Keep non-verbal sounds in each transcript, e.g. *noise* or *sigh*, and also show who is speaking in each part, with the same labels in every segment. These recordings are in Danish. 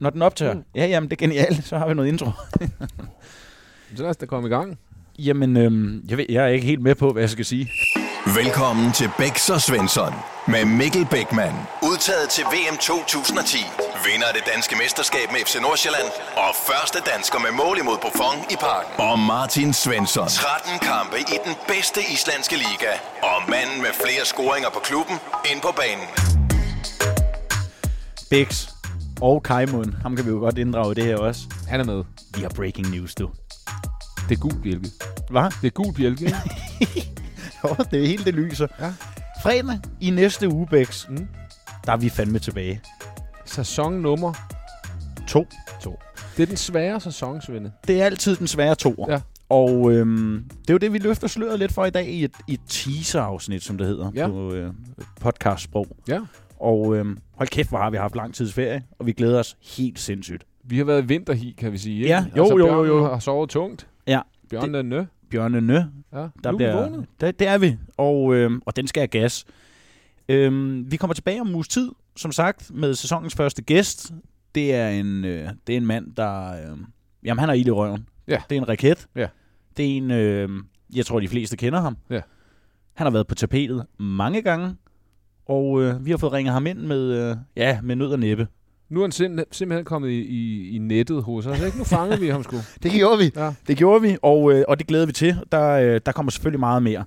Speaker 1: når den optør. Mm.
Speaker 2: Mm.
Speaker 1: Ja, jamen, det er genialt. Så har vi noget intro. *laughs*
Speaker 2: Så lad os da komme i gang.
Speaker 1: Jamen, øhm, jeg, ved, jeg er ikke helt med på, hvad jeg skal sige.
Speaker 3: Velkommen til Bæks og Svensson med Mikkel Bækman. Udtaget til VM 2010. Vinder af det danske mesterskab med FC Nordsjælland. Og første dansker med mål imod Buffon i parken. Og Martin Svensson. 13 kampe i den bedste islandske liga. Og manden med flere scoringer på klubben ind på banen.
Speaker 1: Bix og Kajmund, ham kan vi jo godt inddrage i det her også.
Speaker 2: Han er med.
Speaker 1: Vi har breaking news, du.
Speaker 2: Det er gul bjælke.
Speaker 1: *laughs* Hvad?
Speaker 2: Det er gul bjælke. ikke?
Speaker 1: Jo, det er helt det lyser.
Speaker 2: Ja.
Speaker 1: Fredag i næste uge, Bix, mm.
Speaker 2: Mm.
Speaker 1: der er vi fandme tilbage.
Speaker 2: sæson nummer
Speaker 1: To.
Speaker 2: 2. Det er den svære sæson, Svende.
Speaker 1: Det er altid den svære toer.
Speaker 2: Ja.
Speaker 1: Og øhm, det er jo det, vi løfter sløret lidt for i dag i et, i et teaser-afsnit, som det hedder
Speaker 2: Ja.
Speaker 1: på øh, podcastsprog.
Speaker 2: Ja.
Speaker 1: Og øhm, hold kæft, hvor har vi haft lang tids ferie, og vi glæder os helt sindssygt.
Speaker 2: Vi har været i vinterhi, kan vi sige. Ikke?
Speaker 1: Ja, jo, jo, jo, jo.
Speaker 2: Bjørnen har sovet tungt.
Speaker 1: Ja,
Speaker 2: Bjørn er nø.
Speaker 1: Bjørne Nø,
Speaker 2: Ja.
Speaker 1: der
Speaker 2: nu er vi
Speaker 1: bliver,
Speaker 2: vågnet.
Speaker 1: der, der er vi, og, øhm, og den skal have gas. Øhm, vi kommer tilbage om en uges tid, som sagt, med sæsonens første gæst. Det er en, øh, det er en mand, der... Øh, jamen, han har ild i røven.
Speaker 2: Ja.
Speaker 1: Det er en raket.
Speaker 2: Ja.
Speaker 1: Det er en... Øh, jeg tror, de fleste kender ham.
Speaker 2: Ja.
Speaker 1: Han har været på tapetet mange gange, og øh, vi har fået ringet ham ind med, øh, ja, med nød og næppe.
Speaker 2: Nu er han sim- simpelthen kommet i, i, i nettet hos os. Ikke? Nu fangede vi ham sgu.
Speaker 1: Det gjorde vi.
Speaker 2: Ja.
Speaker 1: Det gjorde vi, og, øh, og det glæder vi til. Der, øh, der kommer selvfølgelig meget mere.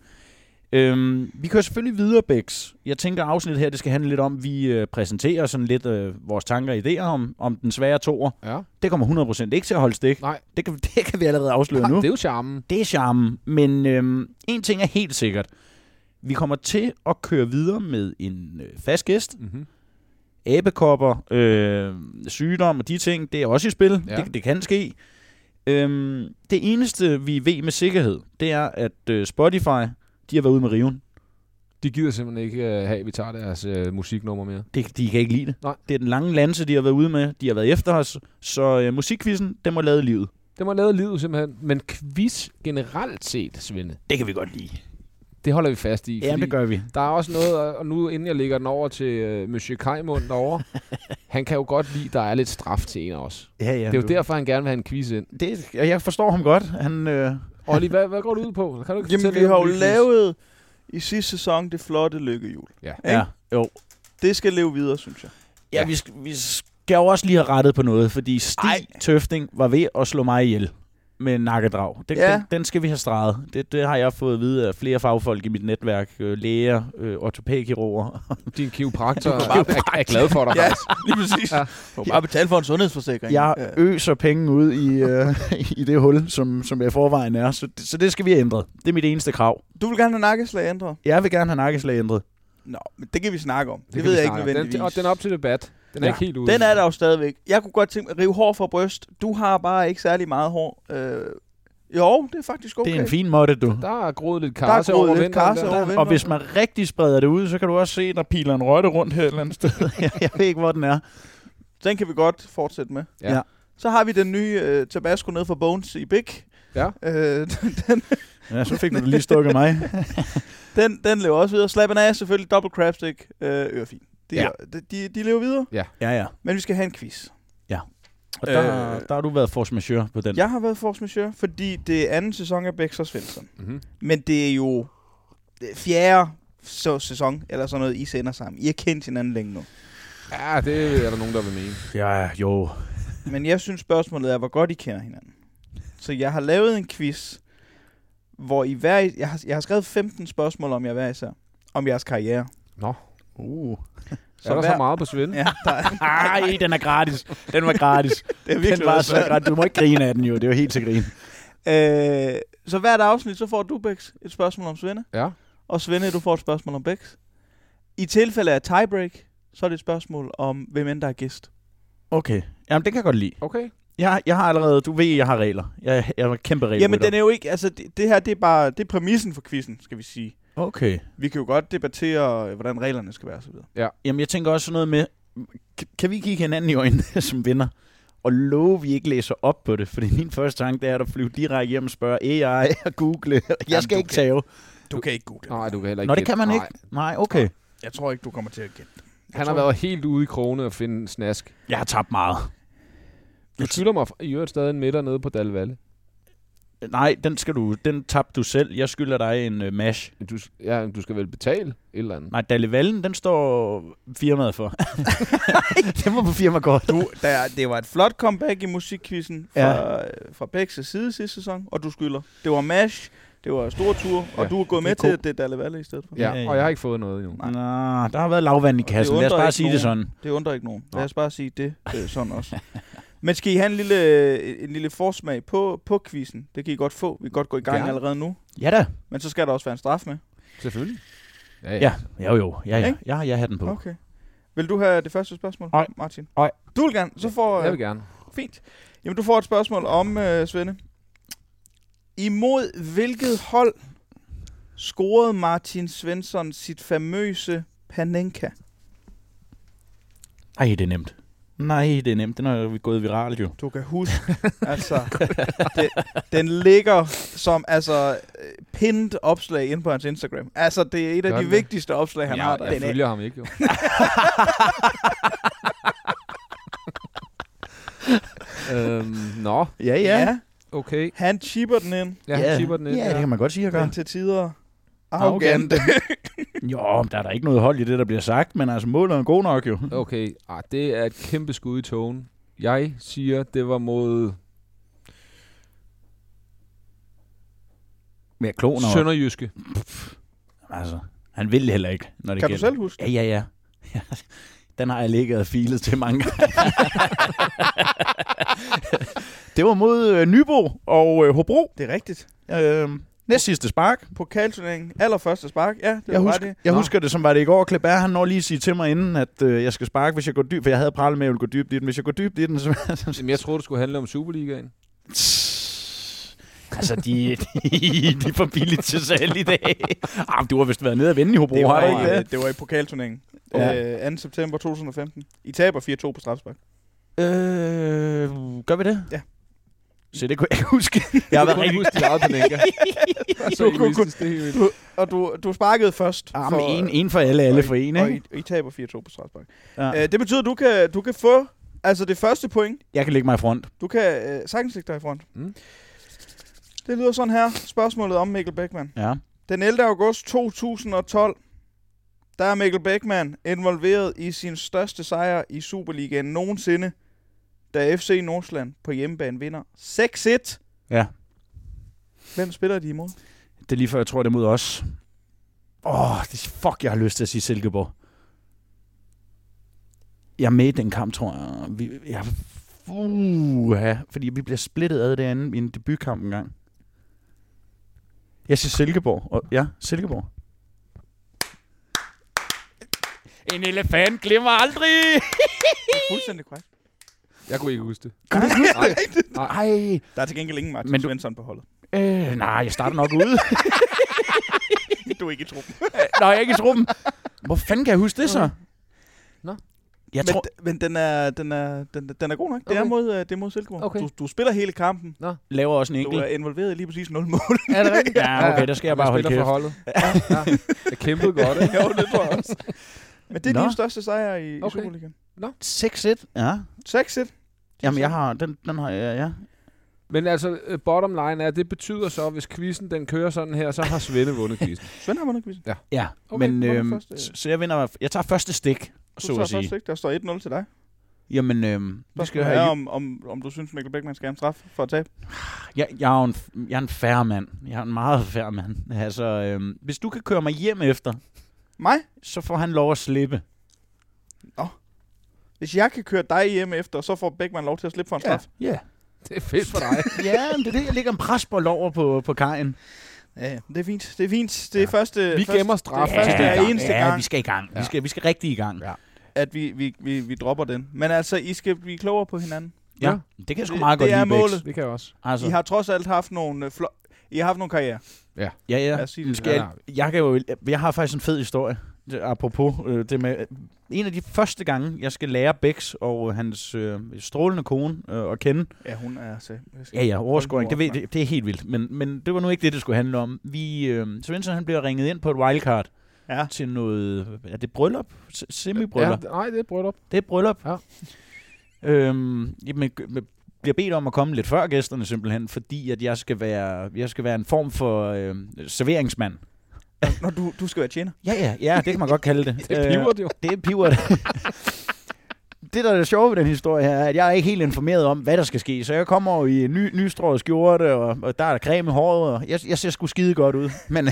Speaker 1: Øhm, vi kører selvfølgelig videre, Bex. Jeg tænker, at afsnittet her det skal handle lidt om, vi øh, præsenterer sådan lidt øh, vores tanker og idéer om, om den svære toer.
Speaker 2: ja.
Speaker 1: Det kommer 100% ikke til at holde stik.
Speaker 2: Nej.
Speaker 1: Det kan, det kan vi *laughs* allerede afsløre nu.
Speaker 2: Det er jo charmen.
Speaker 1: Det er charmen, men øhm, en ting er helt sikkert. Vi kommer til at køre videre med en øh, fast gæst.
Speaker 2: Mm-hmm.
Speaker 1: Æbekopper, øh, sygdom og de ting, det er også i spil. Ja.
Speaker 2: Ja.
Speaker 1: Det, det kan ske. Øhm, det eneste, vi ved med sikkerhed, det er, at øh, Spotify, de har været ude med riven.
Speaker 2: De gider simpelthen ikke uh, have, at vi tager deres uh, musiknummer mere.
Speaker 1: Det, de kan ikke lide det.
Speaker 2: Nej.
Speaker 1: Det er den lange lanse, de har været ude med. De har været efter os. Så øh, musikquizzen, den må lade livet.
Speaker 2: Det var lavet livet simpelthen. Men quiz generelt set, Svende,
Speaker 1: Det kan vi godt lide.
Speaker 2: det holder vi fast i.
Speaker 1: Ja,
Speaker 2: fordi
Speaker 1: det gør vi.
Speaker 2: Der er også noget, og- og nu inden jeg lægger den over til øh, Monsieur Kajmund
Speaker 1: *laughs*
Speaker 2: derovre, han kan jo godt lide, at der er lidt straf til en af os.
Speaker 1: Ja, ja,
Speaker 2: Det er jo derfor, han gerne vil have en quiz ind.
Speaker 1: Det, og jeg forstår ham godt. Han, øh,
Speaker 2: Olli, hvad, hvad går du ud på? Kan du ikke
Speaker 4: Jamen,
Speaker 2: fortælle
Speaker 4: vi
Speaker 2: lidt om
Speaker 4: har jo
Speaker 2: den nye quiz?
Speaker 4: lavet i sidste sæson det flotte lykkehjul.
Speaker 1: ja. Jo.
Speaker 4: Det skal leve videre, synes jeg.
Speaker 1: Ja, ja. Vi, sk- vi skal jo også lige have rettet på noget, fordi Stig Ej.
Speaker 4: Ej.
Speaker 1: Tøfting var ved at slå mig ihjel med en nakkedrag. Den, ja.
Speaker 4: Ja.
Speaker 1: den, den skal vi have streget. Det, det har jeg fået at vide af flere fagfolk i mit netværk. Øh, læger, øh, ortopædkirurger.
Speaker 2: Din
Speaker 4: *laughs*
Speaker 2: kiropraktor er, er glad for dig.
Speaker 4: Ja,
Speaker 2: Ja.
Speaker 4: *laughs* lige præcis.
Speaker 2: Ja.
Speaker 4: ja. Bare betale for en sundhedsforsikring.
Speaker 1: Jeg
Speaker 4: Ja.
Speaker 1: øser penge ud i, øh, *laughs* i det hul, som, som jeg i forvejen er. Så, det- så det skal vi have ændret. Det er mit eneste krav.
Speaker 4: Du vil gerne have nakkeslag ændret?
Speaker 1: Jeg vil gerne have nakkeslag ændret.
Speaker 4: Nå, men det kan vi snakke om. Det,
Speaker 2: kan
Speaker 4: det ved
Speaker 2: vi
Speaker 4: jeg ikke
Speaker 2: snakke om.
Speaker 4: nødvendigvis.
Speaker 2: Den, og den er op til debat. Den er
Speaker 1: Ja.
Speaker 2: ikke helt ude.
Speaker 4: den er der jo stadigvæk. Jeg kunne godt tænke mig at rive hår fra bryst. Du har bare ikke særlig meget hår. Øh, jo, det er faktisk okay.
Speaker 1: Okay. Det er en fin måtte, du.
Speaker 2: Der er groet lidt
Speaker 4: der
Speaker 2: karse
Speaker 4: er
Speaker 2: over
Speaker 4: groet lidt
Speaker 2: vinteren.
Speaker 4: karse
Speaker 2: der.
Speaker 4: over vinteren.
Speaker 1: Og hvis man rigtig spreder det ud, så kan du også se, der piler en rotte rundt her et eller andet sted. *laughs* jeg, jeg ved ikke, hvor den er.
Speaker 4: Den kan vi godt fortsætte med.
Speaker 2: Ja.
Speaker 1: Ja.
Speaker 4: Så har vi den nye øh, Tabasco nede fra Bones i Big.
Speaker 2: Ja.
Speaker 4: Øh,
Speaker 1: Ja, så fik du det lige stukket mig.
Speaker 4: den, den lever også videre. Slap af selvfølgelig. Double crabstick. Øh, ørefin. De,
Speaker 1: Ja.
Speaker 4: ja. de, de, de lever videre.
Speaker 1: *laughs* Ja, ja.
Speaker 4: Men vi skal have en quiz.
Speaker 1: Og der, øh,
Speaker 4: Øh,
Speaker 1: der har du været force majeure på den.
Speaker 4: Jeg har været force majeure, fordi det er anden sæson af Bæks og Svensson.
Speaker 2: Mhm.
Speaker 4: Men det er jo det er fjerde så sæson, eller sådan noget, I sender sammen. I har kendt hinanden længe nu.
Speaker 2: Ja, det er der nogen, der vil mene.
Speaker 1: Ja, jo.
Speaker 4: Men jeg synes, spørgsmålet er, hvor godt I kender hinanden. Så jeg har lavet en quiz, hvor I hver... Jeg har, jeg har skrevet 15 spørgsmål om jer hver især. Om jeres karriere.
Speaker 1: Uh.
Speaker 2: Så er der så meget på Svende?
Speaker 4: Ja, der
Speaker 2: *laughs*
Speaker 4: er,
Speaker 1: Ej, den er gratis. Den var *laughs* gratis.
Speaker 4: det er
Speaker 1: den
Speaker 4: virkelig
Speaker 1: var
Speaker 4: været
Speaker 1: så
Speaker 4: svært.
Speaker 1: gratis. Du må ikke grine af den jo. Det var helt til grin.
Speaker 4: Øh, så hvert afsnit, så får du, Bæks, et spørgsmål om Svende.
Speaker 2: Ja.
Speaker 4: Og Svende, du får et spørgsmål om Bæks. I tilfælde af tiebreak, så er det et spørgsmål om, hvem end der er gæst.
Speaker 1: Okay. Jamen, det kan jeg godt lide.
Speaker 2: Okay.
Speaker 1: Jeg, jeg har allerede... Du ved, jeg har regler. Jeg, jeg var kæmpe regler.
Speaker 4: Jamen, den er jo ikke... Altså, det, det her, det er bare... Det er præmissen for quizzen, skal vi sige.
Speaker 1: Okay.
Speaker 4: Vi kan jo godt debattere, øh, hvordan reglerne skal være, og så videre.
Speaker 1: Jamen, jeg tænker også sådan noget med... kan- Kan vi kigge hinanden i øjnene *laughs* som vinder? Og love, vi ikke læser op på det. Fordi min første tanke, det er at flyve direkte hjem og spørge AI og google. *laughs* Jeg skal
Speaker 4: du
Speaker 1: ikke
Speaker 4: kan-
Speaker 1: tage.
Speaker 4: Du kan ikke google
Speaker 2: Nej, du kan heller ikke
Speaker 1: Nå, det
Speaker 2: gætte.
Speaker 1: kan man
Speaker 2: Nej.
Speaker 1: ikke. Nej, okay.
Speaker 4: Jeg tror ikke, du kommer til at gætte.
Speaker 2: Han har været helt ude i krogene og finde en snask.
Speaker 1: Jeg har tabt meget.
Speaker 2: Du skylder mig i øvrigt stadig en midter nede på Dalvalle.
Speaker 1: Nej, den skal du, den tabte du selv. Jeg skylder dig en uh, mash.
Speaker 2: Du, ja, du skal vel betale et eller andet.
Speaker 1: Nej, Dalle Vallen, den står firmaet for. den var på firmakortet.
Speaker 4: Du, der, det var et flot comeback i
Speaker 1: *laughs*
Speaker 4: musikkvizzen fra, ja. fra Bæks side sidste sæson, og du skylder. Det var MASH, det var store tur, og
Speaker 2: Ja,
Speaker 4: ja. du er gået
Speaker 1: det er
Speaker 4: med til,
Speaker 1: cool.
Speaker 4: at det er Dalle Valle i stedet for.
Speaker 2: Ja,
Speaker 1: Ja, ja.
Speaker 2: og jeg har ikke fået noget endnu.
Speaker 1: Nå, der har været lavvand i kassen. Lad os
Speaker 4: undrer
Speaker 1: bare
Speaker 4: ikke
Speaker 1: sige det sådan.
Speaker 4: Det undrer ikke nogen.
Speaker 2: Nå.
Speaker 4: Lad os bare sige det øh, sådan
Speaker 1: *laughs*
Speaker 4: også. Men skal I have en lille, øh, en lille forsmag på, på quizzen? Det kan I godt få. Vi kan godt gå i gang
Speaker 2: Gerne.
Speaker 4: allerede nu.
Speaker 1: Ja da.
Speaker 4: Men så skal der også være en straf med.
Speaker 2: Selvfølgelig. Ja, ja.
Speaker 1: Ja, jo jo. Ja, ja.
Speaker 4: Ikke?
Speaker 1: ja jeg har den på.
Speaker 4: Okay. Vil du have det første spørgsmål,
Speaker 1: Nej.
Speaker 4: Martin?
Speaker 1: Nej.
Speaker 4: Du vil gerne. Så får,
Speaker 2: Jeg vil gerne.
Speaker 4: Fint. Jamen, du får et spørgsmål om, øh, Svende. Imod hvilket hold scorede Martin Svensson sit famøse Panenka?
Speaker 1: Ej, det er nemt. Nej, det er nemt. Den er jo gået viralt jo.
Speaker 4: Du kan *laughs* huske, altså, den, den ligger som altså øh, pindet opslag inde på hans Instagram. Altså, det er et af
Speaker 2: Gør
Speaker 4: de
Speaker 2: den det?
Speaker 4: vigtigste opslag, han
Speaker 2: jeg,
Speaker 4: har.
Speaker 2: jeg,
Speaker 4: Der.
Speaker 2: jeg
Speaker 4: Den
Speaker 2: følger ham ikke, jo. øhm, nå,
Speaker 1: Ja,
Speaker 4: ja,
Speaker 2: okay.
Speaker 4: han chipper den ind.
Speaker 2: Ja, han chipper den ind.
Speaker 1: Ja, det kan man godt sige, at gøre.
Speaker 4: Den til tider
Speaker 1: Arrogant.
Speaker 4: arrogante.
Speaker 1: Jo, men der er der ikke noget hold i det, der bliver sagt, men altså målet er god nok jo.
Speaker 2: Okay, ah, det er et kæmpe skud i togen. Jeg siger, det var mod
Speaker 1: Men jeg kloner Sønder.
Speaker 2: Sønderjyske.
Speaker 1: Altså, han vil heller ikke, når det
Speaker 4: Kan du
Speaker 1: gælder.
Speaker 4: selv huske?
Speaker 1: Ja, ja, ja. *laughs* Den har jeg ligget og filet til mange gange. *laughs* det var mod øh, Nybo og øh, Hobro.
Speaker 4: Det er rigtigt.
Speaker 1: Øh, næst sidste spark.
Speaker 4: Pokalturneringen, allerførste spark. Ja, det
Speaker 1: Jeg,
Speaker 4: var
Speaker 1: husk,
Speaker 4: det.
Speaker 1: jeg
Speaker 2: Nå.
Speaker 1: husker det, som var det i går. Klebær, han når lige at sige til mig inden, at øh, jeg skal sparke, hvis jeg går dybt. For jeg havde prallet med, at jeg ville gå dybt i den. Hvis jeg går dybt i den, så... *laughs*
Speaker 2: Jamen, jeg troede, det skulle handle om Superligaen.
Speaker 1: altså, de, de, de er for billigt til salg i dag. *laughs* Ah, men du har vist været nede og vende i Hobro,
Speaker 4: Det var,
Speaker 1: har du ikke
Speaker 4: i,
Speaker 1: det?
Speaker 4: det var i pokalturneringen.
Speaker 1: Ja.
Speaker 4: Ja. Øh, 2. september 2015. I taber 4-2 på strafspark.
Speaker 1: Øh, gør vi det?
Speaker 4: Ja.
Speaker 1: Se, det kunne jeg ikke huske. Jeg har været rigtig...
Speaker 2: huske dit eget Panenka. Så
Speaker 4: Du kunne-
Speaker 2: egoistisk, det er helt vildt.
Speaker 4: Og du, du sparkede først.
Speaker 1: Ah, men en, en for alle, alle
Speaker 4: og I-
Speaker 1: for en,
Speaker 4: og
Speaker 1: ikke?
Speaker 4: I, og I taber 4-2 på strafspark.
Speaker 1: Ja.
Speaker 4: Ja. Øh, det betyder, at du kan, du kan få altså det første point.
Speaker 1: Jeg kan lægge mig i front.
Speaker 4: Du kan øh, sagtens ligge dig i front.
Speaker 2: Mm.
Speaker 4: Mm. Det lyder sådan her. Spørgsmålet om Mikkel Beckmann.
Speaker 1: Ja.
Speaker 4: Den 11. august 2012, der er Mikkel Beckmann involveret i sin største sejr i Superligaen nogensinde, da FC Nordsjælland på hjemmebane vinder 6-1.
Speaker 1: Ja.
Speaker 4: Hvem spiller de imod?
Speaker 1: Det er lige før, jeg tror, det er mod os. Åh, oh, det fuck, jeg har lyst til at sige Silkeborg. Jeg er med i den kamp, tror jeg. Vi, jeg uh, fordi vi bliver splittet ad derinde i en debutkamp engang. Jeg siger Silkeborg. Og, ja, Silkeborg. En elefant glemmer aldrig!
Speaker 4: Det er fuldstændig korrekt.
Speaker 2: Jeg kunne ikke huske det.
Speaker 1: Kan du ikke huske
Speaker 2: Nej,
Speaker 1: Ej,
Speaker 4: Der er til gengæld ingen
Speaker 1: Men
Speaker 4: Martin Men
Speaker 1: du-
Speaker 4: du... Svensson på holdet.
Speaker 1: øh, nej, jeg starter nok ude.
Speaker 4: Du er ikke i truppen.
Speaker 1: Nå, jeg er ikke i truppen. Hvor fanden kan jeg huske det så?
Speaker 2: Nå.
Speaker 1: Jeg
Speaker 4: men,
Speaker 1: tror,
Speaker 4: d- men den, er, den, er, den, den er god nok. Okay. Det, er
Speaker 2: Okay.
Speaker 4: mod, øh, det er mod Silkeborg.
Speaker 2: Okay.
Speaker 4: Du, du spiller hele kampen.
Speaker 1: laver også en
Speaker 4: Du
Speaker 1: enkelt.
Speaker 4: er involveret i lige præcis 0 mål. *laughs*
Speaker 2: Er det rigtigt?
Speaker 1: Ja, okay, der skal jeg bare holde
Speaker 2: kæft.
Speaker 1: kæft.
Speaker 2: Holdet. Ja, ja. Jeg kæmpede godt, *laughs* ikke?
Speaker 4: jo, det tror jeg også. Men det er
Speaker 1: Nå.
Speaker 4: din største sejr i,
Speaker 2: Okay.
Speaker 4: okay. i
Speaker 1: 6-1?
Speaker 4: Superligaen.
Speaker 1: Ja.
Speaker 4: 6-1.
Speaker 1: Jamen, jeg har... Den, den har jeg, ja.
Speaker 2: Men altså, øh, bottom line er, det betyder så, hvis quizzen den kører sådan her, så har Svende vundet quizzen.
Speaker 4: Svend har vundet quizzen.
Speaker 1: Ja,
Speaker 4: Okay,
Speaker 1: men
Speaker 4: hvor er det
Speaker 1: øhm,
Speaker 4: første?
Speaker 1: s- så jeg vinder... Jeg tager første stik, så
Speaker 4: Du tager
Speaker 1: at sige.
Speaker 4: først, ikke? Der står 1-0 til dig.
Speaker 1: Jamen, øhm, vi skal
Speaker 4: Spørgsmålet
Speaker 1: jo
Speaker 4: er,
Speaker 1: have...
Speaker 4: om, om, om du synes, Mikkel Beckmann skal have en straf for at tabe.
Speaker 1: Jeg, jeg, er jo en, f- jeg er en færre mand. Jeg er en meget færre mand. *laughs* Altså, øhm, hvis du kan køre mig hjem efter,
Speaker 4: Mig?
Speaker 1: så får han lov at slippe.
Speaker 4: Hvis jeg kan køre dig hjem efter, så får Beckmann lov til at slippe for en straf.
Speaker 1: ja.
Speaker 2: *laughs* Det er fedt for dig.
Speaker 1: ja, men det er det, jeg lægger en presbold over på, på kajen.
Speaker 4: Ja, ja. Det er fint. Det er fint. Det er
Speaker 1: Ja.
Speaker 4: første,
Speaker 2: Vi
Speaker 4: første,
Speaker 2: gemmer straf.
Speaker 4: det er første
Speaker 1: ja,
Speaker 4: og eneste
Speaker 1: ja,
Speaker 4: gang.
Speaker 1: vi skal i gang. Ja.
Speaker 2: Ja.
Speaker 1: Vi, skal, vi skal rigtig i gang.
Speaker 2: Ja.
Speaker 4: at vi, vi, vi, vi dropper den. Men altså, I skal blive klogere på hinanden.
Speaker 1: Ja, det kan jeg sgu
Speaker 4: Det-
Speaker 1: meget
Speaker 4: det
Speaker 1: godt
Speaker 4: er
Speaker 1: lide, Bex.
Speaker 4: målet.
Speaker 2: Det kan jeg også.
Speaker 1: Altså,
Speaker 4: I har trods alt haft nogle, øh, flo- I har haft nogle karriere.
Speaker 1: Ja, ja.
Speaker 4: Lad os sige det.
Speaker 1: Skal
Speaker 2: Ja,
Speaker 1: jeg, jeg, kan jo, jeg har faktisk en fed historie, Det- apropos øh, det med... En af de første gange, jeg skal lære Bex og hans øh, strålende kone øh, at kende.
Speaker 4: Ja, hun er altså- så...
Speaker 1: Ja, ja, overscoring, det, ved,
Speaker 4: jeg.
Speaker 1: det, det er helt vildt. Men, men det var nu ikke det, det skulle handle om. Vi, øh, Svensson, han bliver ringet ind på et wildcard
Speaker 4: Ja.
Speaker 1: til noget... Er det bryllup? S-
Speaker 2: Ja,
Speaker 1: Semi-bryllup?
Speaker 2: nej, det er bryllup.
Speaker 1: Det er et bryllup.
Speaker 2: Ja.
Speaker 1: Øhm, jamen, g- med bliver bedt om at komme lidt før gæsterne simpelthen, fordi at jeg skal være, jeg skal være en form for øh, serveringsmand.
Speaker 4: Når du, du skal være tjener.
Speaker 1: Ja, ja, ja, det kan man godt kalde *laughs* det.
Speaker 2: Det piver det jo.
Speaker 1: Det er piver *laughs* det. det, der er det sjove ved den historie her, er, at jeg er ikke helt informeret om, hvad der skal ske. Så jeg kommer jo i en ny, nystrået skjorte, og, og der er der creme i håret, og jeg, jeg ser sgu skide godt ud. *laughs* Men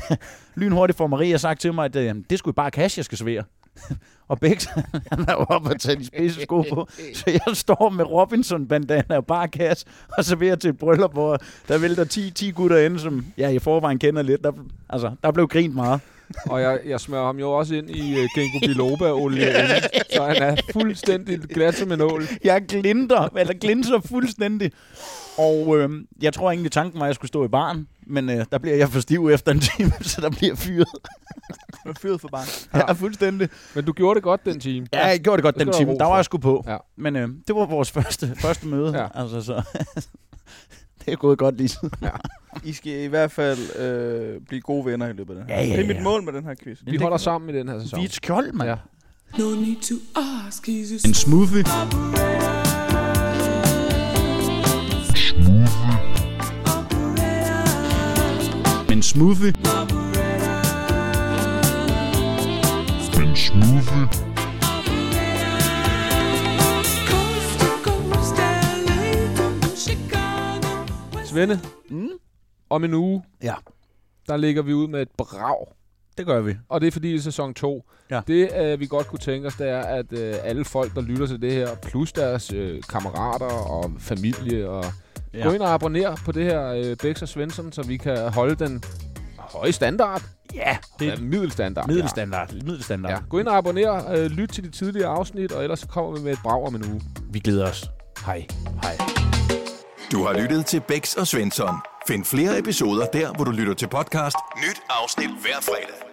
Speaker 1: lynhurtigt får Maria sagt til mig, at øh, det skulle bare cash, jeg skal servere. *laughs* og Bex, *laughs* han er jo oppe og tage de spidse sko på. Så jeg står med Robinson-bandana og bare kasse og serverer til et bryllup, hvor der vælter 10, 10 gutter ind, som jeg i forvejen kender lidt. Der, altså, der blev grint meget.
Speaker 2: Øh, Og jeg, jeg smører ham jo også ind i uh, Ginkgo *laughs* biloba-olie, inden, så han er fuldstændig glat som en ål.
Speaker 1: Jeg glinter, eller glinser fuldstændig. Og øh, jeg tror egentlig, tanken var, at jeg skulle stå i baren, men øh, der bliver jeg for stiv efter en time, *laughs* så der bliver jeg fyret.
Speaker 4: Du er fyret for barnet.
Speaker 1: Ja, fuldstændig.
Speaker 2: Men du gjorde det godt den time.
Speaker 1: Ja, jeg gjorde det godt
Speaker 2: Det skal
Speaker 1: den
Speaker 2: du have
Speaker 1: time.
Speaker 2: ros
Speaker 1: Der var
Speaker 2: for.
Speaker 1: jeg sgu på.
Speaker 2: Ja.
Speaker 1: Men øh, det var vores første, første møde.
Speaker 2: Ja.
Speaker 1: Ja. Altså, så, *laughs* det er gået godt lige siden.
Speaker 4: I skal i hvert fald øh, blive gode venner i løbet af det her.
Speaker 1: Ja, ja,
Speaker 4: det er mit
Speaker 1: ja.
Speaker 4: mål med den her quiz.
Speaker 2: Vi holder sammen i den her sæson.
Speaker 1: Vi er et skjold, mand.
Speaker 2: Ja.
Speaker 1: Ja.
Speaker 5: No need to ask, he's a
Speaker 1: En smoothie. En smoothie.
Speaker 5: coast to coast, LA to Chicago.
Speaker 2: Svende,
Speaker 1: Mm.
Speaker 2: om en uge,
Speaker 1: Ja,
Speaker 2: der ligger vi ud med et brag.
Speaker 1: det gør vi.
Speaker 2: Og det er fordi i sæson 2.
Speaker 1: Ja.
Speaker 2: Det øh, vi godt kunne tænke os, det er, at øh, alle folk, der lytter til det her, plus deres øh, kammerater og familie, og ja.
Speaker 1: Ja.
Speaker 2: gå ind og abonner på det her øh, Bex og Svensson, så vi kan holde den høje standard.
Speaker 1: Ja, det
Speaker 2: Ja, middelstandard.
Speaker 1: middelstandard.
Speaker 2: Ja.
Speaker 1: Middelstandard.
Speaker 2: Ja. Gå ind og abonner, øh, lyt til de tidligere afsnit, og ellers så kommer vi med et brag om en uge.
Speaker 1: Vi glæder os. Hej. Hej.
Speaker 3: Du har lyttet til Bæks og Svensson. Find flere episoder der, hvor du lytter til podcast. Nyt afsnit hver fredag.